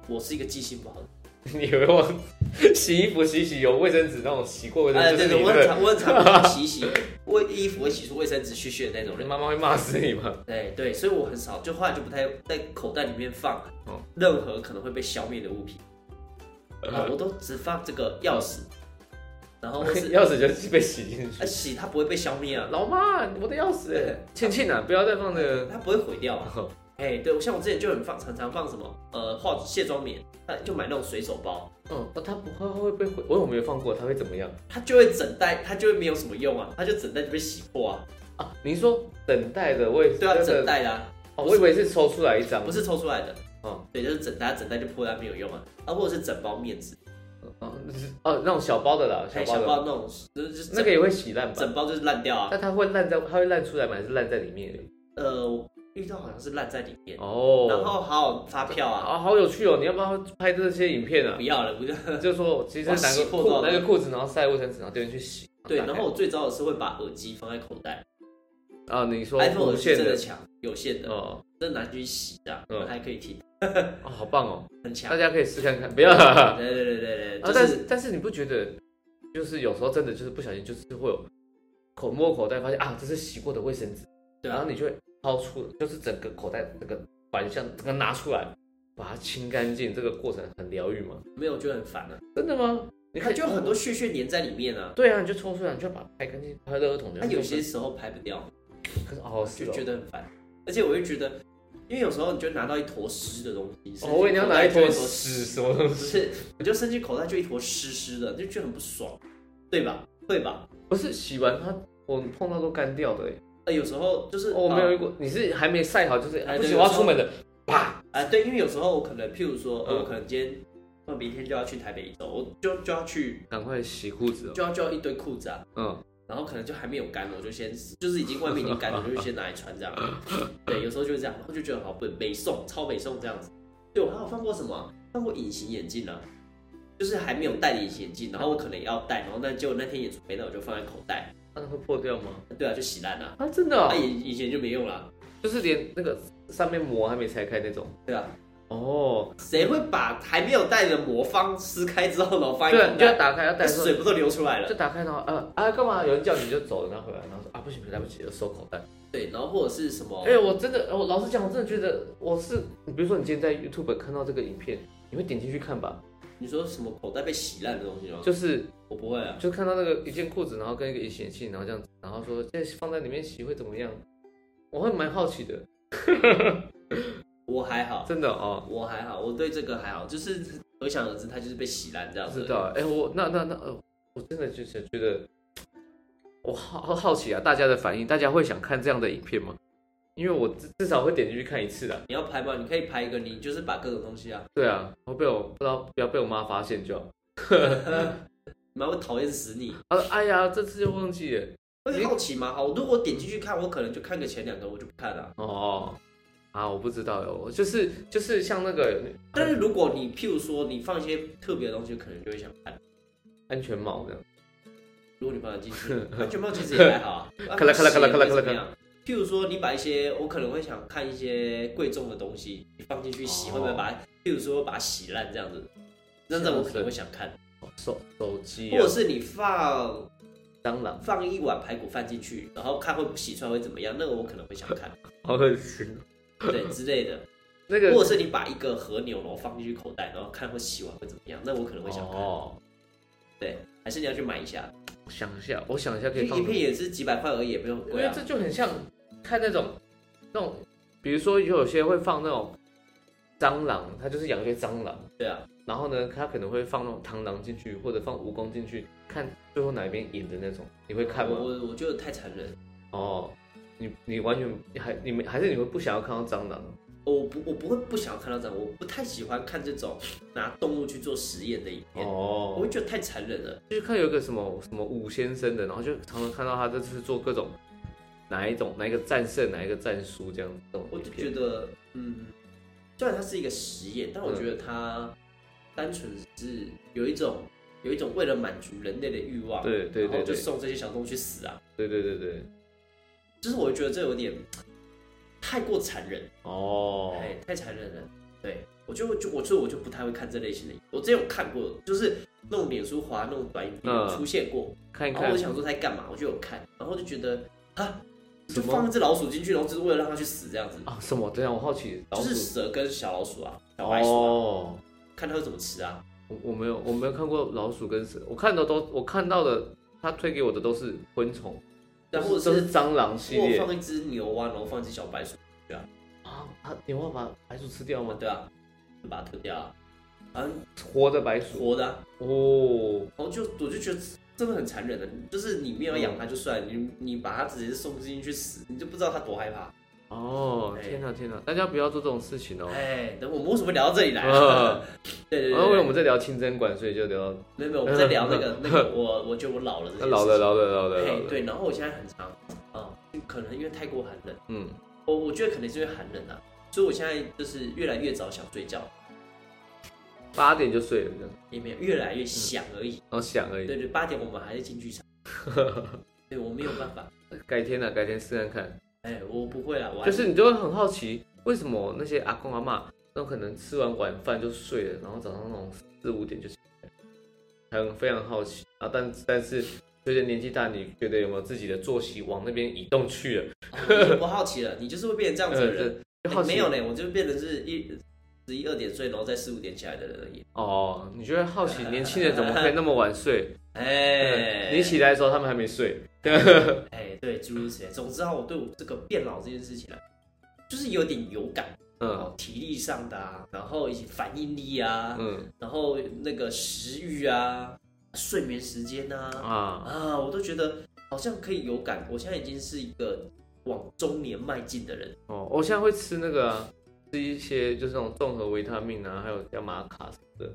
Speaker 3: 我是一个记性不好的人。
Speaker 4: 你以为我洗衣服洗洗有卫生纸那种洗过卫生
Speaker 3: 哎，
Speaker 4: 纸，
Speaker 3: 对
Speaker 4: 就是
Speaker 3: 对，
Speaker 4: 你
Speaker 3: 我很
Speaker 4: 的，
Speaker 3: 常我很常洗洗，我衣服会洗出卫生纸絮絮的那种
Speaker 4: 你
Speaker 3: 人。
Speaker 4: 妈妈会骂死你吗？
Speaker 3: 对对，所以我很少，就后来就不太在口袋里面放
Speaker 4: 嗯
Speaker 3: 任何可能会被消灭的物品，啊，我都只放这个钥匙，然后或是
Speaker 4: 钥匙就是被洗进去
Speaker 3: 啊。洗它不会被消灭啊，
Speaker 4: 老妈，我的钥匙
Speaker 3: 对，
Speaker 4: 倩倩啊，不要再放这个。
Speaker 3: 它不会毁掉啊。哎，对，我像我之前就很放，常常放什么呃化卸妆棉，那就买那种随手包，
Speaker 4: 嗯，哦，它不会会被毁，我有没有放过？它会怎么样
Speaker 3: 它就会整袋，它就会没有什么用啊，它就整袋就被洗破啊，
Speaker 4: 啊？你说等待的位置？
Speaker 3: 对啊，
Speaker 4: 那个
Speaker 3: 整袋的、啊，
Speaker 4: 哦，我以为是抽出来一张，
Speaker 3: 不是抽出来的，
Speaker 4: 哦
Speaker 3: 对，就是整袋，整袋就破烂没有用啊，啊，或者是整包面纸，
Speaker 4: 哦，哦，那种小包的啦，
Speaker 3: 哎，
Speaker 4: 包
Speaker 3: 小
Speaker 4: 的，
Speaker 3: 包那种就是就是整
Speaker 4: 那个也会洗烂吧？
Speaker 3: 整包就是烂掉啊，
Speaker 4: 但它会烂在，它会烂出来吗？还是烂在里面而已？
Speaker 3: 呃，我遇到好像是烂在里面，
Speaker 4: 哦，
Speaker 3: 然后还有发票啊，
Speaker 4: 啊，好有趣哦！你要不要拍这些影片啊
Speaker 3: 不？要了，不要。
Speaker 4: 就是说，其实
Speaker 3: 哇
Speaker 4: 拿
Speaker 3: 洗
Speaker 4: 个
Speaker 3: 破
Speaker 4: 裤
Speaker 3: 到
Speaker 4: 拿
Speaker 3: 了
Speaker 4: 个裤子，然后塞卫生纸，然后丢进去洗。
Speaker 3: 对，
Speaker 4: 打开
Speaker 3: 然后我最早的是会把耳机放在口袋
Speaker 4: 啊，你说
Speaker 3: ，iPhone
Speaker 4: 无
Speaker 3: 耳机
Speaker 4: 线
Speaker 3: 真
Speaker 4: 的
Speaker 3: 的嗯强，有线的，
Speaker 4: 哦，
Speaker 3: 真的拿去洗的
Speaker 4: 嗯，
Speaker 3: 还可以听，
Speaker 4: 哦，好棒哦！
Speaker 3: 很
Speaker 4: 大
Speaker 3: 强。
Speaker 4: 家可以试看看，不要 啦。
Speaker 3: 对对对对对，
Speaker 4: 啊，
Speaker 3: 就
Speaker 4: 但
Speaker 3: 是
Speaker 4: 是但是你不觉得，就是有时候真的就是不小心就是会有口摸口袋，发现啊这是洗过的卫生纸，
Speaker 3: 对啊
Speaker 4: 然后你就会掏出，就是整个口袋这个反向整个拿出来，把它清干净，这个过程很疗愈吗？
Speaker 3: 没有就很烦啊了，
Speaker 4: 真的吗？你
Speaker 3: 它
Speaker 4: 看
Speaker 3: 就有很多屑屑粘在里面啊，
Speaker 4: 对啊，你就抽出来，你就把它拍干净，拍垃圾桶。
Speaker 3: 它有些时候拍不掉，
Speaker 4: 可是哦，是
Speaker 3: 就
Speaker 4: 哦
Speaker 3: 觉得很烦，而且我会觉得，因为有时候你就拿到一坨湿的东西，
Speaker 4: 哦，我以为你要拿一
Speaker 3: 伸进口袋
Speaker 4: 坨
Speaker 3: 就坨
Speaker 4: 屎，什么东
Speaker 3: 不
Speaker 4: 西？
Speaker 3: 是，你就伸进口袋就一坨湿湿的，就觉得很不爽，对吧？会吧？
Speaker 4: 不是洗完它，我碰到都干掉的欸。
Speaker 3: 呃，有时候就是
Speaker 4: 哦，我没有
Speaker 3: 啊
Speaker 4: 遇过，你是还没晒好，就是
Speaker 3: 哎
Speaker 4: 不
Speaker 3: 对
Speaker 4: 行，我要
Speaker 3: 有时
Speaker 4: 出
Speaker 3: 候
Speaker 4: 门了，啪！
Speaker 3: 啊，对，因为有时候我可能，譬如说，
Speaker 4: 嗯
Speaker 3: 我可能今天，我明天就要去台北一周，我就就要去，
Speaker 4: 赶快洗裤子哦。
Speaker 3: 就要就要一堆裤子啊，
Speaker 4: 嗯，
Speaker 3: 然后可能就还没有干，我就先，就是已经外面已经干了，我就先拿来穿这样。 对，有时候就是这样，然后就觉得好笨，美送超美送这样子。对我还有放过什么啊？放过隐形眼镜啊，就是还没有戴的隐形眼镜，然后我可能要戴，然后但就那天演出没戴，我就放在口袋。
Speaker 4: 那会破掉吗？
Speaker 3: 对啊，就洗烂了，
Speaker 4: 啊，真的哦
Speaker 3: 那，隐隐形眼镜就没用了。
Speaker 4: 就是连那个上面膜还没拆开那种。
Speaker 3: 对啊，
Speaker 4: 哦，
Speaker 3: 谁会把还没有戴的魔方撕开之后，然后放
Speaker 4: 对
Speaker 3: 在
Speaker 4: 啊，
Speaker 3: 口
Speaker 4: 你就要
Speaker 3: 袋？
Speaker 4: 打开，要
Speaker 3: 那
Speaker 4: 带说，
Speaker 3: 水不都流出 来了
Speaker 4: 就？打开，然后呃啊干嘛？有人叫你就走了，然后回来，然后说啊不行，不行来不及了，收口 袋。
Speaker 3: 对，然后或者是什么？
Speaker 4: 哎，我真的，我老实讲，我真的觉得我是，你比如说你今天在 YouTube 看到这个影片，你会点进去看吧？
Speaker 3: 你说什么口袋被洗烂的东西吗？
Speaker 4: 就是
Speaker 3: 我不会啊，
Speaker 4: 就看到那个一件裤子，然后跟一个隐形眼镜，然后这样子，然后说现在放在里面洗会怎么样？我会蛮好奇的，
Speaker 3: 我还好，
Speaker 4: 真的哦，
Speaker 3: 我还好，我对这个还好，就是可想而知，它就是被洗烂这样
Speaker 4: 不
Speaker 3: 子。
Speaker 4: 知道哎、我那那那呃，我真的就是觉得，我好好好奇啊，大家的反应，大家会想看这样的影片吗？因为我至至少会点进去看一次啊的，
Speaker 3: 你要拍吗？你可以拍一个，你就是把各种东西啊，
Speaker 4: 对啊，我被我不知道不要被我妈发现就好。
Speaker 3: 妈会讨厌死你。
Speaker 4: 她说哎呀，这次又忘记了
Speaker 3: 会好奇吗？好，如果我点进去看，我可能就看个前两个，我就不看了、
Speaker 4: 哦，啊，我不知道哟，我就是就是像那个
Speaker 3: 但是如果你譬如说你放一些特别的东西，可能就会想看。
Speaker 4: 安全帽这样，
Speaker 3: 如果你放得进 去，安全帽其实也还好啊。
Speaker 4: 咔啦咔啦咔啦咔啦咔啦
Speaker 3: 怎么样譬如说，你把一些我可能会想看一些贵重的东西，你放进去洗，
Speaker 4: 哦
Speaker 3: 会不会把它？譬如说把它洗烂这样子，那这样我可能会想看。
Speaker 4: 哦手手机、
Speaker 3: 或
Speaker 4: 啊
Speaker 3: 者，是你放
Speaker 4: 蟑螂，
Speaker 3: 放一碗排骨饭进去，然后看会洗出来会怎么样，那个我可能会想 看，
Speaker 4: 好恶心哦。
Speaker 3: 对之类的。
Speaker 4: 那个
Speaker 3: 或者是你把一个和牛然后放进去口袋，然后看会洗完会怎么样，那我可能会想看。
Speaker 4: 哦，
Speaker 3: 对，还是你要去买一下，
Speaker 4: 我想一下，我想一下可以
Speaker 3: 一
Speaker 4: 放
Speaker 3: 片
Speaker 4: 什么，
Speaker 3: 也是几百块而已，也没有很
Speaker 4: 因
Speaker 3: 贵
Speaker 4: 为
Speaker 3: 啊
Speaker 4: 这。就很像看那种那种，比如说有些会放那种蟑螂，它就是养一些蟑螂，
Speaker 3: 对啊，
Speaker 4: 然后呢，它可能会放那种螳螂进去，或者放蜈蚣进去，看最后哪一边赢的那种，你会看
Speaker 3: 我
Speaker 4: 吗？
Speaker 3: 我我觉得太残忍，
Speaker 4: 哦，你你完全还你们还是你会不想要看到蟑螂？
Speaker 3: 我不我不会不想要看到这样，我不太喜欢看这种拿动物去做实验的影片，我
Speaker 4: 哦
Speaker 3: 会，觉得太残忍了。
Speaker 4: 就是看有一个什么什么武先生的，然后就常常看到他这次做各种哪一种哪一个战胜哪一个战输这样子，这种
Speaker 3: 我
Speaker 4: 影
Speaker 3: 就
Speaker 4: 片
Speaker 3: 觉得，嗯，虽然它是一个实验，
Speaker 4: 嗯
Speaker 3: 但我觉得它单纯是有一种有一种为了满足人类的欲望，
Speaker 4: 对对
Speaker 3: 然后
Speaker 4: 对
Speaker 3: 就
Speaker 4: 对
Speaker 3: 送这些小动物去死啊！
Speaker 4: 对对对对，
Speaker 3: 就是我觉得这有点太过残忍，
Speaker 4: 哦，
Speaker 3: 哎、太残忍了。对我就就我就我就不太会看这类型的，我之前有看过，就是那种脸书滑那种短影片
Speaker 4: 嗯
Speaker 3: 出现过，
Speaker 4: 看一
Speaker 3: 然后我
Speaker 4: 看
Speaker 3: 就，想说在干嘛，我就有看，然后就觉得啊，就
Speaker 4: 什么
Speaker 3: 放一只老鼠进去，然后就是为了让它去死这样子，
Speaker 4: 啊，什么？等一下，我好奇老
Speaker 3: 就
Speaker 4: 鼠
Speaker 3: 是蛇跟小老鼠啊，小白鼠啊、
Speaker 4: 哦，
Speaker 3: 看它会怎么吃啊。
Speaker 4: 我我没有我没有看过老鼠跟蛇，我看的都我看到的，他推给我的都是昆虫，
Speaker 3: 然
Speaker 4: 都
Speaker 3: 后或
Speaker 4: 是都
Speaker 3: 者
Speaker 4: 是
Speaker 3: 是
Speaker 4: 蟑螂系
Speaker 3: 或
Speaker 4: 列
Speaker 3: 放一只牛啊，然后放一只小白鼠，
Speaker 4: 啊，他你有办法把白薯吃掉吗？
Speaker 3: 对啊，把它吞掉啊，啊，
Speaker 4: 活的白薯
Speaker 3: 活的、啊，
Speaker 4: 哦，
Speaker 3: 然后就我就觉得真的很残忍的，就是你没有养它就算，
Speaker 4: 嗯
Speaker 3: 你你把它直接送进去死，你就不知道它多害怕。
Speaker 4: 哦，
Speaker 3: 哎
Speaker 4: 天哪天哪，大家不要做这种事情哦。
Speaker 3: 哎，等我们为什么聊到这里来
Speaker 4: 嗯
Speaker 3: 啊？ 对对对
Speaker 4: 然后因为
Speaker 3: 对，
Speaker 4: 我们在聊清真馆，所以就聊到
Speaker 3: 没有没有，我们在聊那个那个，我我觉得我老了这件
Speaker 4: 那
Speaker 3: 事
Speaker 4: 老了老了老了老
Speaker 3: 嘿，
Speaker 4: 了，
Speaker 3: 哎对，然后我现在很常，啊、可能因为泰国寒冷，
Speaker 4: 嗯，
Speaker 3: 我我觉得可能是因为寒冷啊，所以我现在就是越来越早想睡觉，
Speaker 4: 八点就睡了这样，
Speaker 3: 也没有越
Speaker 4: 嗯
Speaker 3: 来越想而已。
Speaker 4: 然后想而
Speaker 3: 对
Speaker 4: 已。
Speaker 3: 对，八点我们还是进剧场，对我没有办法，
Speaker 4: 改天啊呢，改天试看看。
Speaker 3: 哎，我不会啦，我还
Speaker 4: 就是你就会很好奇，为什么那些阿公阿妈，那种可能吃完晚饭就睡了，然后早上那种四五点就起来，很非常好奇啊。但但是随着年纪大，你觉得有没有自己的作息往那边移动去了？
Speaker 3: 啊我已经不好奇了，你就是会变成这样子的人。
Speaker 4: 呃就好
Speaker 3: 哎
Speaker 4: 奇
Speaker 3: 没有嘞，我就变成是一十一二点睡，然后再四五点起来的人而已。
Speaker 4: 哦，你就会好奇年轻人怎么可以那么晚睡？ 嗯
Speaker 3: 哎，
Speaker 4: 你起来的时候他们还没睡。
Speaker 3: 哎，对，诸如此类。总之啊，我对我这个变老这件事情啊，就是有点有感。
Speaker 4: 嗯
Speaker 3: 哦，体力上的啊，然后一些反应力啊，
Speaker 4: 嗯
Speaker 3: 然后那个食欲啊，睡眠时间啊，
Speaker 4: 啊，
Speaker 3: 啊，我都觉得好像可以有感。我现在已经是一个往中年迈进的人，
Speaker 4: 哦，我现在会吃那个啊，吃一些就是那种综合维他命啊，还有像玛卡什么的。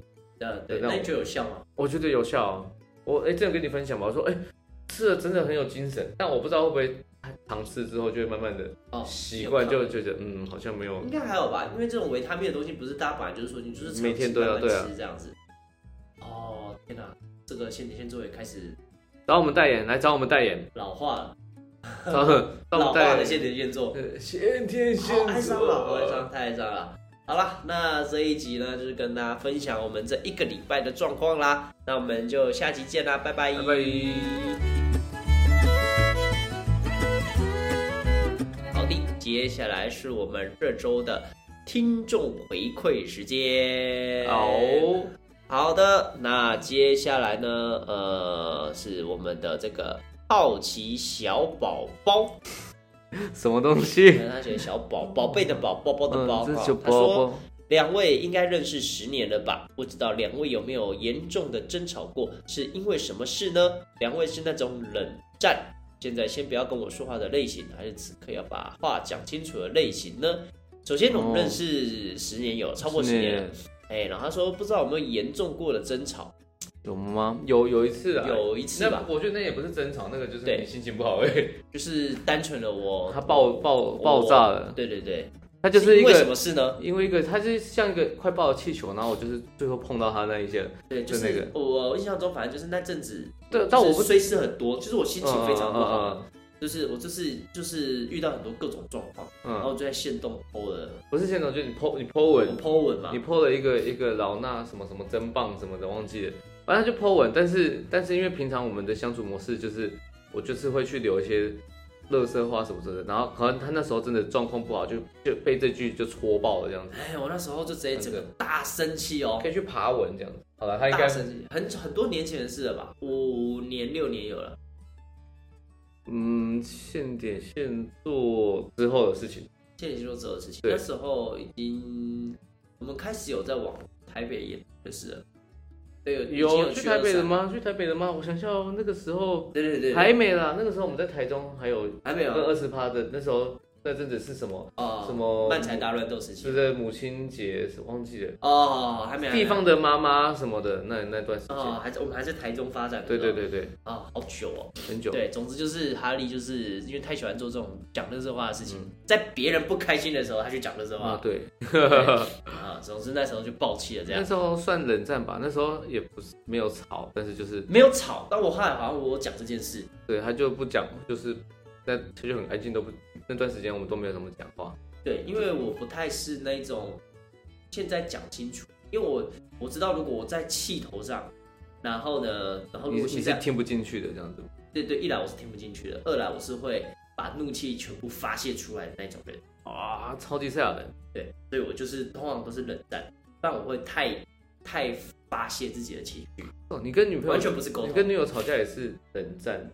Speaker 3: 呃，对，
Speaker 4: 那我
Speaker 3: 那你觉得有效吗？
Speaker 4: 我觉得有效、哦。我哎、这个跟你分享吧。我说哎、吃了真的很有精神，但我不知道会不会尝试之后就会慢慢的
Speaker 3: 哦，
Speaker 4: 习惯，
Speaker 3: 有
Speaker 4: 就
Speaker 3: 效
Speaker 4: 觉得嗯好像没有
Speaker 3: 应该还有吧，因为这种维他命的东西不是大家本来就是说你就是长期
Speaker 4: 每天都要
Speaker 3: 慢慢
Speaker 4: 对啊
Speaker 3: 吃这样子。哦，天哪，这个先先作也开始
Speaker 4: 找我们代言，来找我们代 言，
Speaker 3: 老化了，
Speaker 4: 找找我
Speaker 3: 老
Speaker 4: 们
Speaker 3: 化
Speaker 4: 代
Speaker 3: 的
Speaker 4: 言。
Speaker 3: 先天先做。
Speaker 4: 呃先天先
Speaker 3: 好哀伤啊
Speaker 4: 做
Speaker 3: 了，好哀伤，太哀伤了。好了，那这一集呢，就是跟大家分享我们这一个礼拜的状况啦。那我们就下集见啦，拜拜，
Speaker 4: 拜拜。
Speaker 3: 好的，接下来是我们这周的听众回馈时间。
Speaker 4: 哦，
Speaker 3: 好的，那接下来呢，呃，是我们的这个好奇小宝宝，
Speaker 4: 什么东西？
Speaker 3: 他写小宝宝贝的宝，宝宝的宝，
Speaker 4: 嗯，这
Speaker 3: 哈
Speaker 4: 就
Speaker 3: 他说
Speaker 4: 包包。
Speaker 3: 两位应该认识十年了吧？不知道两位有没有严重的争吵过？是因为什么事呢？两位是那种冷战，现在先不要跟我说话的类型，还是此刻要把话讲清楚的类型呢？首先，我们
Speaker 4: 哦
Speaker 3: 认识十年有、超过十年了，哎，然后他说不知道有没有严重过的争吵，
Speaker 4: 有吗？有有一次啊，
Speaker 3: 有一次吧
Speaker 4: 那，我觉得那也不是争吵，那个就是
Speaker 3: 对
Speaker 4: 你心情不好而已。
Speaker 3: 就是单纯的我
Speaker 4: 它爆爆
Speaker 3: 我
Speaker 4: 爆炸了，
Speaker 3: 对对对，
Speaker 4: 它就是一
Speaker 3: 因为什
Speaker 4: 个，
Speaker 3: 么事呢？
Speaker 4: 因为一个，它就是像一个快爆的气球，然后我就是最后碰到它那一些。
Speaker 3: 对，就是
Speaker 4: 就那个
Speaker 3: 我我印象中，反正就是那阵子，
Speaker 4: 对，但我不
Speaker 3: 就是虽事很多，就是我心情非常不好。
Speaker 4: 嗯，
Speaker 3: 就是我这次就是遇到很多各种状况，
Speaker 4: 嗯嗯
Speaker 3: 然
Speaker 4: 嗯
Speaker 3: 后我就在线动 PO 了，
Speaker 4: 不是现场，就是你 po 你 po
Speaker 3: 我
Speaker 4: 文，
Speaker 3: PO 文嘛
Speaker 4: 你，po 了一个一个老衲什么什么真棒什么的，忘记了，反正就 po 文，但是但是因为平常我们的相处模式就是我就是会去留一些乐色话什么之类的，然后可能他那时候真的状况不好，就就被这句就戳爆了这样子，
Speaker 3: 哎，我那时候就直接整个
Speaker 4: 真的
Speaker 3: 大生气哦
Speaker 4: 可，以去爬文这样子。好了，他应该
Speaker 3: 大生气，很很多年前的事了吧，五年六年有了，
Speaker 4: 嗯现点现做之后的事情，
Speaker 3: 现在就之后的事情，
Speaker 4: 对
Speaker 3: 那时候已经我们开始有在往台北演的事了，对，已经
Speaker 4: 有去台北的
Speaker 3: 了？
Speaker 4: 吗？去台北的吗？我想想哦，那个时候
Speaker 3: 对对对，啊
Speaker 4: 还没啦，那个时候我们在台中还有
Speaker 3: 还没
Speaker 4: 跟
Speaker 3: 有
Speaker 4: 二十趴的，那时候那阵子是什么？
Speaker 3: 啊，
Speaker 4: 什么
Speaker 3: 漫才大乱斗时
Speaker 4: 就
Speaker 3: 期
Speaker 4: 是母亲节，是忘记了
Speaker 3: 哦，还没
Speaker 4: 嗯地方
Speaker 3: 的
Speaker 4: 的妈妈什么的，那那段时间，
Speaker 3: 哦，还在我们还在台中发展的
Speaker 4: 对
Speaker 3: 时候，
Speaker 4: 对对对，
Speaker 3: 啊，好久哦。
Speaker 4: 很久，
Speaker 3: 对，总之就是哈利就是因为太喜欢做这种讲乐色话的事
Speaker 4: 嗯
Speaker 3: 情，在别人不开心的时候，他去讲乐色
Speaker 4: 啊
Speaker 3: 话
Speaker 4: 对，
Speaker 3: 啊。总之那时候就爆气了，这
Speaker 4: 嗯那
Speaker 3: 样
Speaker 4: 时候算冷战吧，那时候也不是没有吵，但是就是
Speaker 3: 没有吵。但我后来好像我讲这件事，
Speaker 4: 对他就不讲，就是那他就很安静，都不那段时间我们都没有怎么讲话，
Speaker 3: 对，因为我不太是那种现在讲清楚，因为我我知道如果我在气头上，然后呢，然后如
Speaker 4: 你
Speaker 3: 果
Speaker 4: 你
Speaker 3: 现
Speaker 4: 是
Speaker 3: 在
Speaker 4: 听不进去的这样子，
Speaker 3: 对对，一来我是听不进去的，二来我是会把怒气全部发泄出来的那种人。
Speaker 4: 啊，超级赛亚人，
Speaker 3: 对，所以我就是通常都是冷战，但我会太太发泄自己的情绪，
Speaker 4: 哦，你跟女朋友
Speaker 3: 完全不是沟
Speaker 4: 你
Speaker 3: 通。
Speaker 4: 跟女友吵架也是冷战，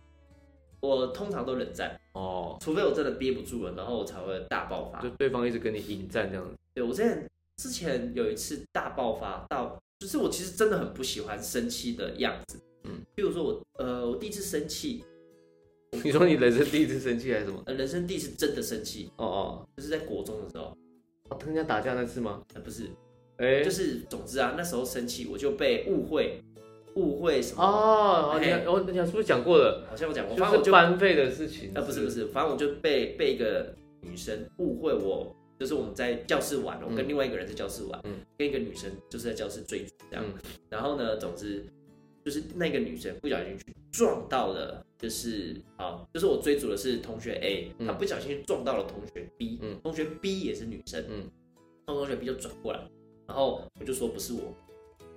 Speaker 3: 我通常都冷战，
Speaker 4: 哦，
Speaker 3: 除非我真的憋不住了，然后我才会大爆发
Speaker 4: 就。对方一直跟你引战这样子，
Speaker 3: 对我之前之前有一次大爆发到，就是我其实真的很不喜欢生气的样子。
Speaker 4: 嗯，
Speaker 3: 比如说我呃，我第一次生气，
Speaker 4: 你说你人生第一次生气还是什么？
Speaker 3: 呃，人生第一次真的生气，
Speaker 4: 哦哦，
Speaker 3: 就是在国中的时候，
Speaker 4: 哦跟人家打架那次吗？
Speaker 3: 呃，不是，
Speaker 4: 哎，
Speaker 3: 就是总之啊，那时候生气我就被误会，误会什么？
Speaker 4: 哦，哦你
Speaker 3: 哎
Speaker 4: 哦，你是不是讲过了？
Speaker 3: 好像我讲哦过，反正我
Speaker 4: 就
Speaker 3: 就是
Speaker 4: 班费的事情。
Speaker 3: 呃，不是不，是，反正我就被被一个女生误会我，就是我们在教室玩，我跟
Speaker 4: 嗯
Speaker 3: 另外一个人在教室玩，
Speaker 4: 嗯
Speaker 3: 跟一个女生就是在教室追逐这样。
Speaker 4: 嗯
Speaker 3: 然后呢，总之就是那个女生不小心去撞到了，就是啊，就是我追逐的是同学 A，、
Speaker 4: 嗯
Speaker 3: 她不小心去撞到了同学 B，、
Speaker 4: 嗯
Speaker 3: 同学 B 也是女生，
Speaker 4: 嗯，
Speaker 3: 然后同学 B 就转过来，然后我就说不是我。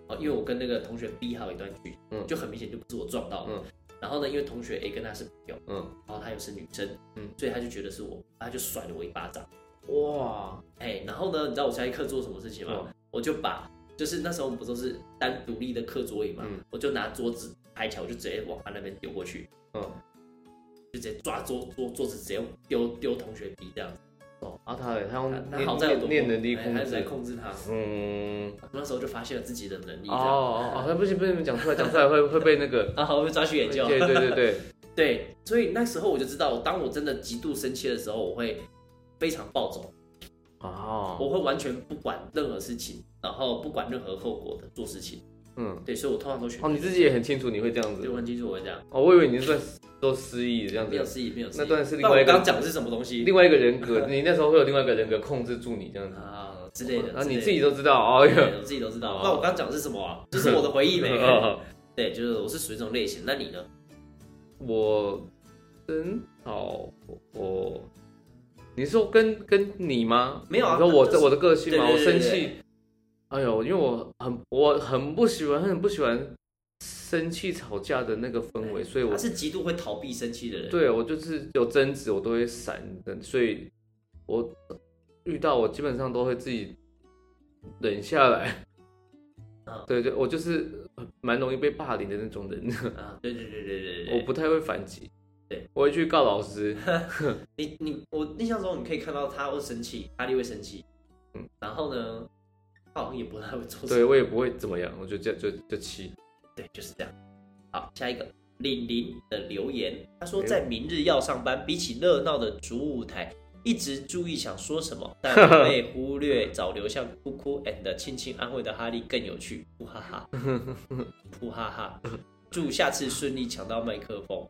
Speaker 3: 哦，因为我跟那个同学 B 还有一段距离，
Speaker 4: 嗯
Speaker 3: 就很明显就不是我撞到的。
Speaker 4: 嗯
Speaker 3: 然后呢，因为同学 A 跟她是朋友，
Speaker 4: 嗯，
Speaker 3: 然后她又是女生，
Speaker 4: 嗯
Speaker 3: 所以她就觉得是我，她就甩了我一巴掌。
Speaker 4: 哇，
Speaker 3: 哎，然后呢，你知道我下一课做什么事情吗？
Speaker 4: 嗯
Speaker 3: 我就把，就是那时候我们不都是单独立的课桌椅嘛，
Speaker 4: 嗯
Speaker 3: 我就拿桌子拍起来，我就直接往他那边丢过去，
Speaker 4: 嗯，
Speaker 3: 就直接抓桌桌桌子直接丢丢同学鼻这样子。
Speaker 4: 哦，啊，他嘞他用
Speaker 3: 那
Speaker 4: 念
Speaker 3: 那好在有多
Speaker 4: 念念能力
Speaker 3: 哎
Speaker 4: 控
Speaker 3: 还是在
Speaker 4: 制，
Speaker 3: 控制他。
Speaker 4: 嗯，
Speaker 3: 我那时候就发现了自己的能力
Speaker 4: 哦
Speaker 3: 这样。
Speaker 4: 哦哦，不行不行，讲出来讲出来会会被那 个，
Speaker 3: 啊，我被抓去研究。
Speaker 4: 对对对对，
Speaker 3: 对，所以那时候我就知道，当我真的极度生气的时候，我会非常暴走，
Speaker 4: 哦，
Speaker 3: 我会完全不管任何事情，然后不管任何后果的做事情。
Speaker 4: 嗯，
Speaker 3: 对，所以我通常都选
Speaker 4: 哦，你自己也很清楚你会这样
Speaker 3: 对，我
Speaker 4: 子，
Speaker 3: 很清楚我会这样，
Speaker 4: 哦，我以为你是算都失忆这样
Speaker 3: 没有
Speaker 4: 子，
Speaker 3: 失忆，没有失忆。
Speaker 4: 那段是另
Speaker 3: 但
Speaker 4: 外
Speaker 3: 我
Speaker 4: 一个
Speaker 3: 刚讲的是什么东西
Speaker 4: 另外一个人格，你那时候会有另外一个人格控制住你这 样子，
Speaker 3: 啊之类的？
Speaker 4: 然后你
Speaker 3: 之
Speaker 4: 自
Speaker 3: 类
Speaker 4: 己
Speaker 3: 的
Speaker 4: 都知 道，哦
Speaker 3: 对
Speaker 4: 哟，
Speaker 3: 我自己都知道
Speaker 4: 哦。
Speaker 3: 那我刚讲的是什么啊？这是我的回忆呗。
Speaker 4: 哦
Speaker 3: 对，就是我是属于这种类型。那你呢？
Speaker 4: 我争吵，我，你说跟跟你吗？
Speaker 3: 没有啊
Speaker 4: 你说我
Speaker 3: 那
Speaker 4: 这
Speaker 3: 就是
Speaker 4: 我的个性吗？
Speaker 3: 对
Speaker 4: 我
Speaker 3: 对对对
Speaker 4: 生气，哎呦，因为我很我很不喜欢，很不喜欢生气吵架的那个氛围，所以我
Speaker 3: 他是极度会逃避生气的人。
Speaker 4: 对我就是有争执我都会闪的，所以我遇到我基本上都会自己忍下来
Speaker 3: 嗯。
Speaker 4: 对对，我就是蛮容易被霸凌的那种人，
Speaker 3: 啊，对对对对对
Speaker 4: 我
Speaker 3: 对对。
Speaker 4: 不太会反击。
Speaker 3: 对，
Speaker 4: 我会去告老师。
Speaker 3: 你你我印象中你可以看到他会生气，哈利会生气，嗯
Speaker 4: 嗯，
Speaker 3: 然后呢，他好像也不太会做什
Speaker 4: 对
Speaker 3: 么。
Speaker 4: 我也不会怎么样，我就这样就就气。
Speaker 3: 对，就是这样。好，下一个玲玲的留言，她
Speaker 4: 哎
Speaker 3: 说在明日要上班，比起热闹的主舞台，一直注意想说 什么，但被忽略，早流向哭哭 and 轻轻安慰的哈利更有趣，噗哈 哈，噗哈哈，祝下次顺利抢到麦克风。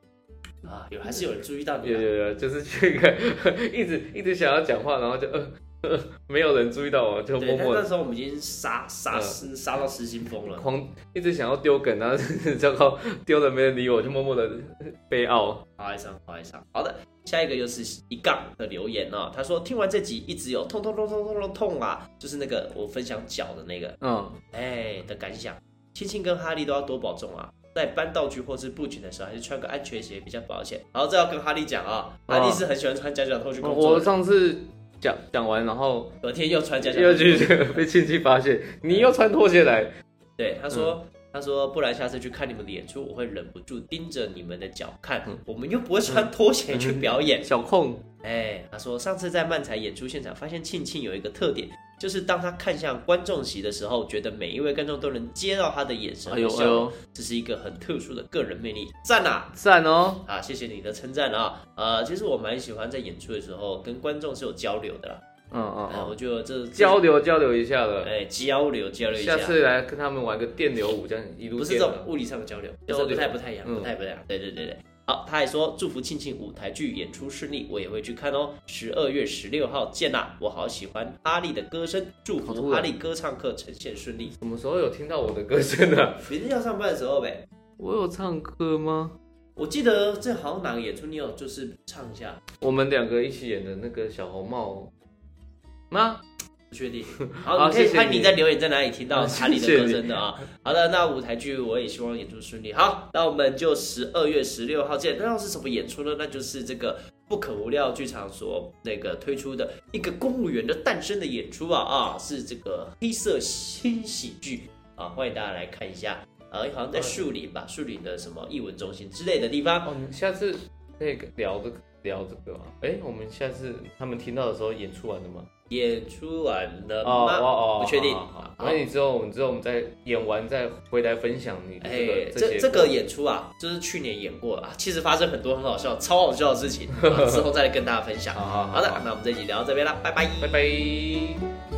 Speaker 3: 啊，有还是有人注意到你、
Speaker 4: 有
Speaker 3: 啊，
Speaker 4: 有有，就是这个 一直一直想要讲话，然后就呃呃 没有人注意到我，就
Speaker 3: 对，
Speaker 4: 默
Speaker 3: 但
Speaker 4: 默
Speaker 3: 那
Speaker 4: 地嗯
Speaker 3: 时候我们已经杀杀杀到失心疯了。
Speaker 4: 狂一直想要丢梗，然后 糟糕丢了没人理我，就默默的悲傲。
Speaker 3: 好哀伤，好哀伤。好的，下一个又是一杠的留言哦，他说听完这集一直有痛痛痛痛痛痛痛啊，就是那个我分享脚的那个，
Speaker 4: 嗯，
Speaker 3: 哎的感想。青青跟哈利都要多保重啊，在搬道具或是布景的时候，还是穿个安全鞋比较保险。然后这要跟哈利讲啊，
Speaker 4: 哦
Speaker 3: 哈利是很喜欢穿夹脚拖去工作
Speaker 4: 我
Speaker 3: 的，
Speaker 4: 上次讲讲完，然后
Speaker 3: 隔天又穿夹脚
Speaker 4: 又
Speaker 3: 拖。
Speaker 4: 去 被亲戚发现，你又穿拖鞋来，
Speaker 3: 对，他说。
Speaker 4: 嗯
Speaker 3: 他说：“不然下次去看你们的演出，我会忍不住盯着你们的脚看。
Speaker 4: 嗯
Speaker 3: 我们又不会穿拖鞋去表演，
Speaker 4: 小控
Speaker 3: 哎，他说上次在漫才演出现场，发现庆庆有一个特点，就是当他看向观众席的时候，觉得每一位观众都能接到他的眼神
Speaker 4: 哎呦
Speaker 3: 和笑容，这是一个很特殊的个人魅力，赞啦！
Speaker 4: 赞哦。
Speaker 3: 啊，谢谢你的称赞啊！呃，其实我蛮喜欢在演出的时候跟观众是有交流的啦，
Speaker 4: 嗯嗯
Speaker 3: 啊，
Speaker 4: 嗯，
Speaker 3: 我觉得这
Speaker 4: 交，流交流一下
Speaker 3: 这
Speaker 4: 了，
Speaker 3: 哎，交流交流一
Speaker 4: 下次来跟他们玩个电流舞，这样一路
Speaker 3: 不是这
Speaker 4: 电
Speaker 3: 种
Speaker 4: 了
Speaker 3: 物理上的交流，就
Speaker 4: 交
Speaker 3: 是
Speaker 4: 流
Speaker 3: 不太不太一样，
Speaker 4: 嗯
Speaker 3: 不太不太一样。对对对对。好，他还说祝福庆庆舞台剧演出顺利，我也会去看哦。十二月十六号见啦！我好喜欢哈利的歌声，祝福
Speaker 4: 好突
Speaker 3: 哈
Speaker 4: 然
Speaker 3: 利歌唱课呈现顺利。
Speaker 4: 什么时候有听到我的歌声 啊？
Speaker 3: 明天要上班的时候呗，
Speaker 4: 我有唱歌吗？
Speaker 3: 我记得这好像哪个演出你有就是唱一下，
Speaker 4: 我们两个一起演的那个小红帽吗？
Speaker 3: 不确 定。好，
Speaker 4: 好
Speaker 3: 你可以
Speaker 4: 谢谢
Speaker 3: 看
Speaker 4: 你
Speaker 3: 你在留言在哪里听到
Speaker 4: 好
Speaker 3: 哈利的
Speaker 4: 谢谢
Speaker 3: 歌
Speaker 4: 你
Speaker 3: 声的啊。好的，那舞台剧我也希望演出顺利。好，那我们就十二月十六号见。那要是什么演出呢？那就是这个不可无料剧场所那个推出的一个公务员的诞生的演出啊啊，是这个黑色新喜剧啊，欢迎大家来啊看一下。呃，好像在树林吧，树林的什么艺文中心之类的地方。
Speaker 4: 哦，你下次可以聊这个聊这个吗？哎，我们下次他们听到的时候演出完了吗？
Speaker 3: 演出完了
Speaker 4: 哦
Speaker 3: 吗？
Speaker 4: 哦哦，
Speaker 3: 嗯不确定
Speaker 4: 好好好。
Speaker 3: 好
Speaker 4: 那你之后我们之后我们再演完再回来分享你的这
Speaker 3: 哎
Speaker 4: 个，
Speaker 3: 这
Speaker 4: 些
Speaker 3: 这个演出啊，就是去年演过了啊，其实发生很多很好笑、超好笑的 事情，啊之后再跟大家分享。
Speaker 4: 好好好
Speaker 3: 好的，那我们这集聊到这边啦，拜拜，
Speaker 4: 拜拜。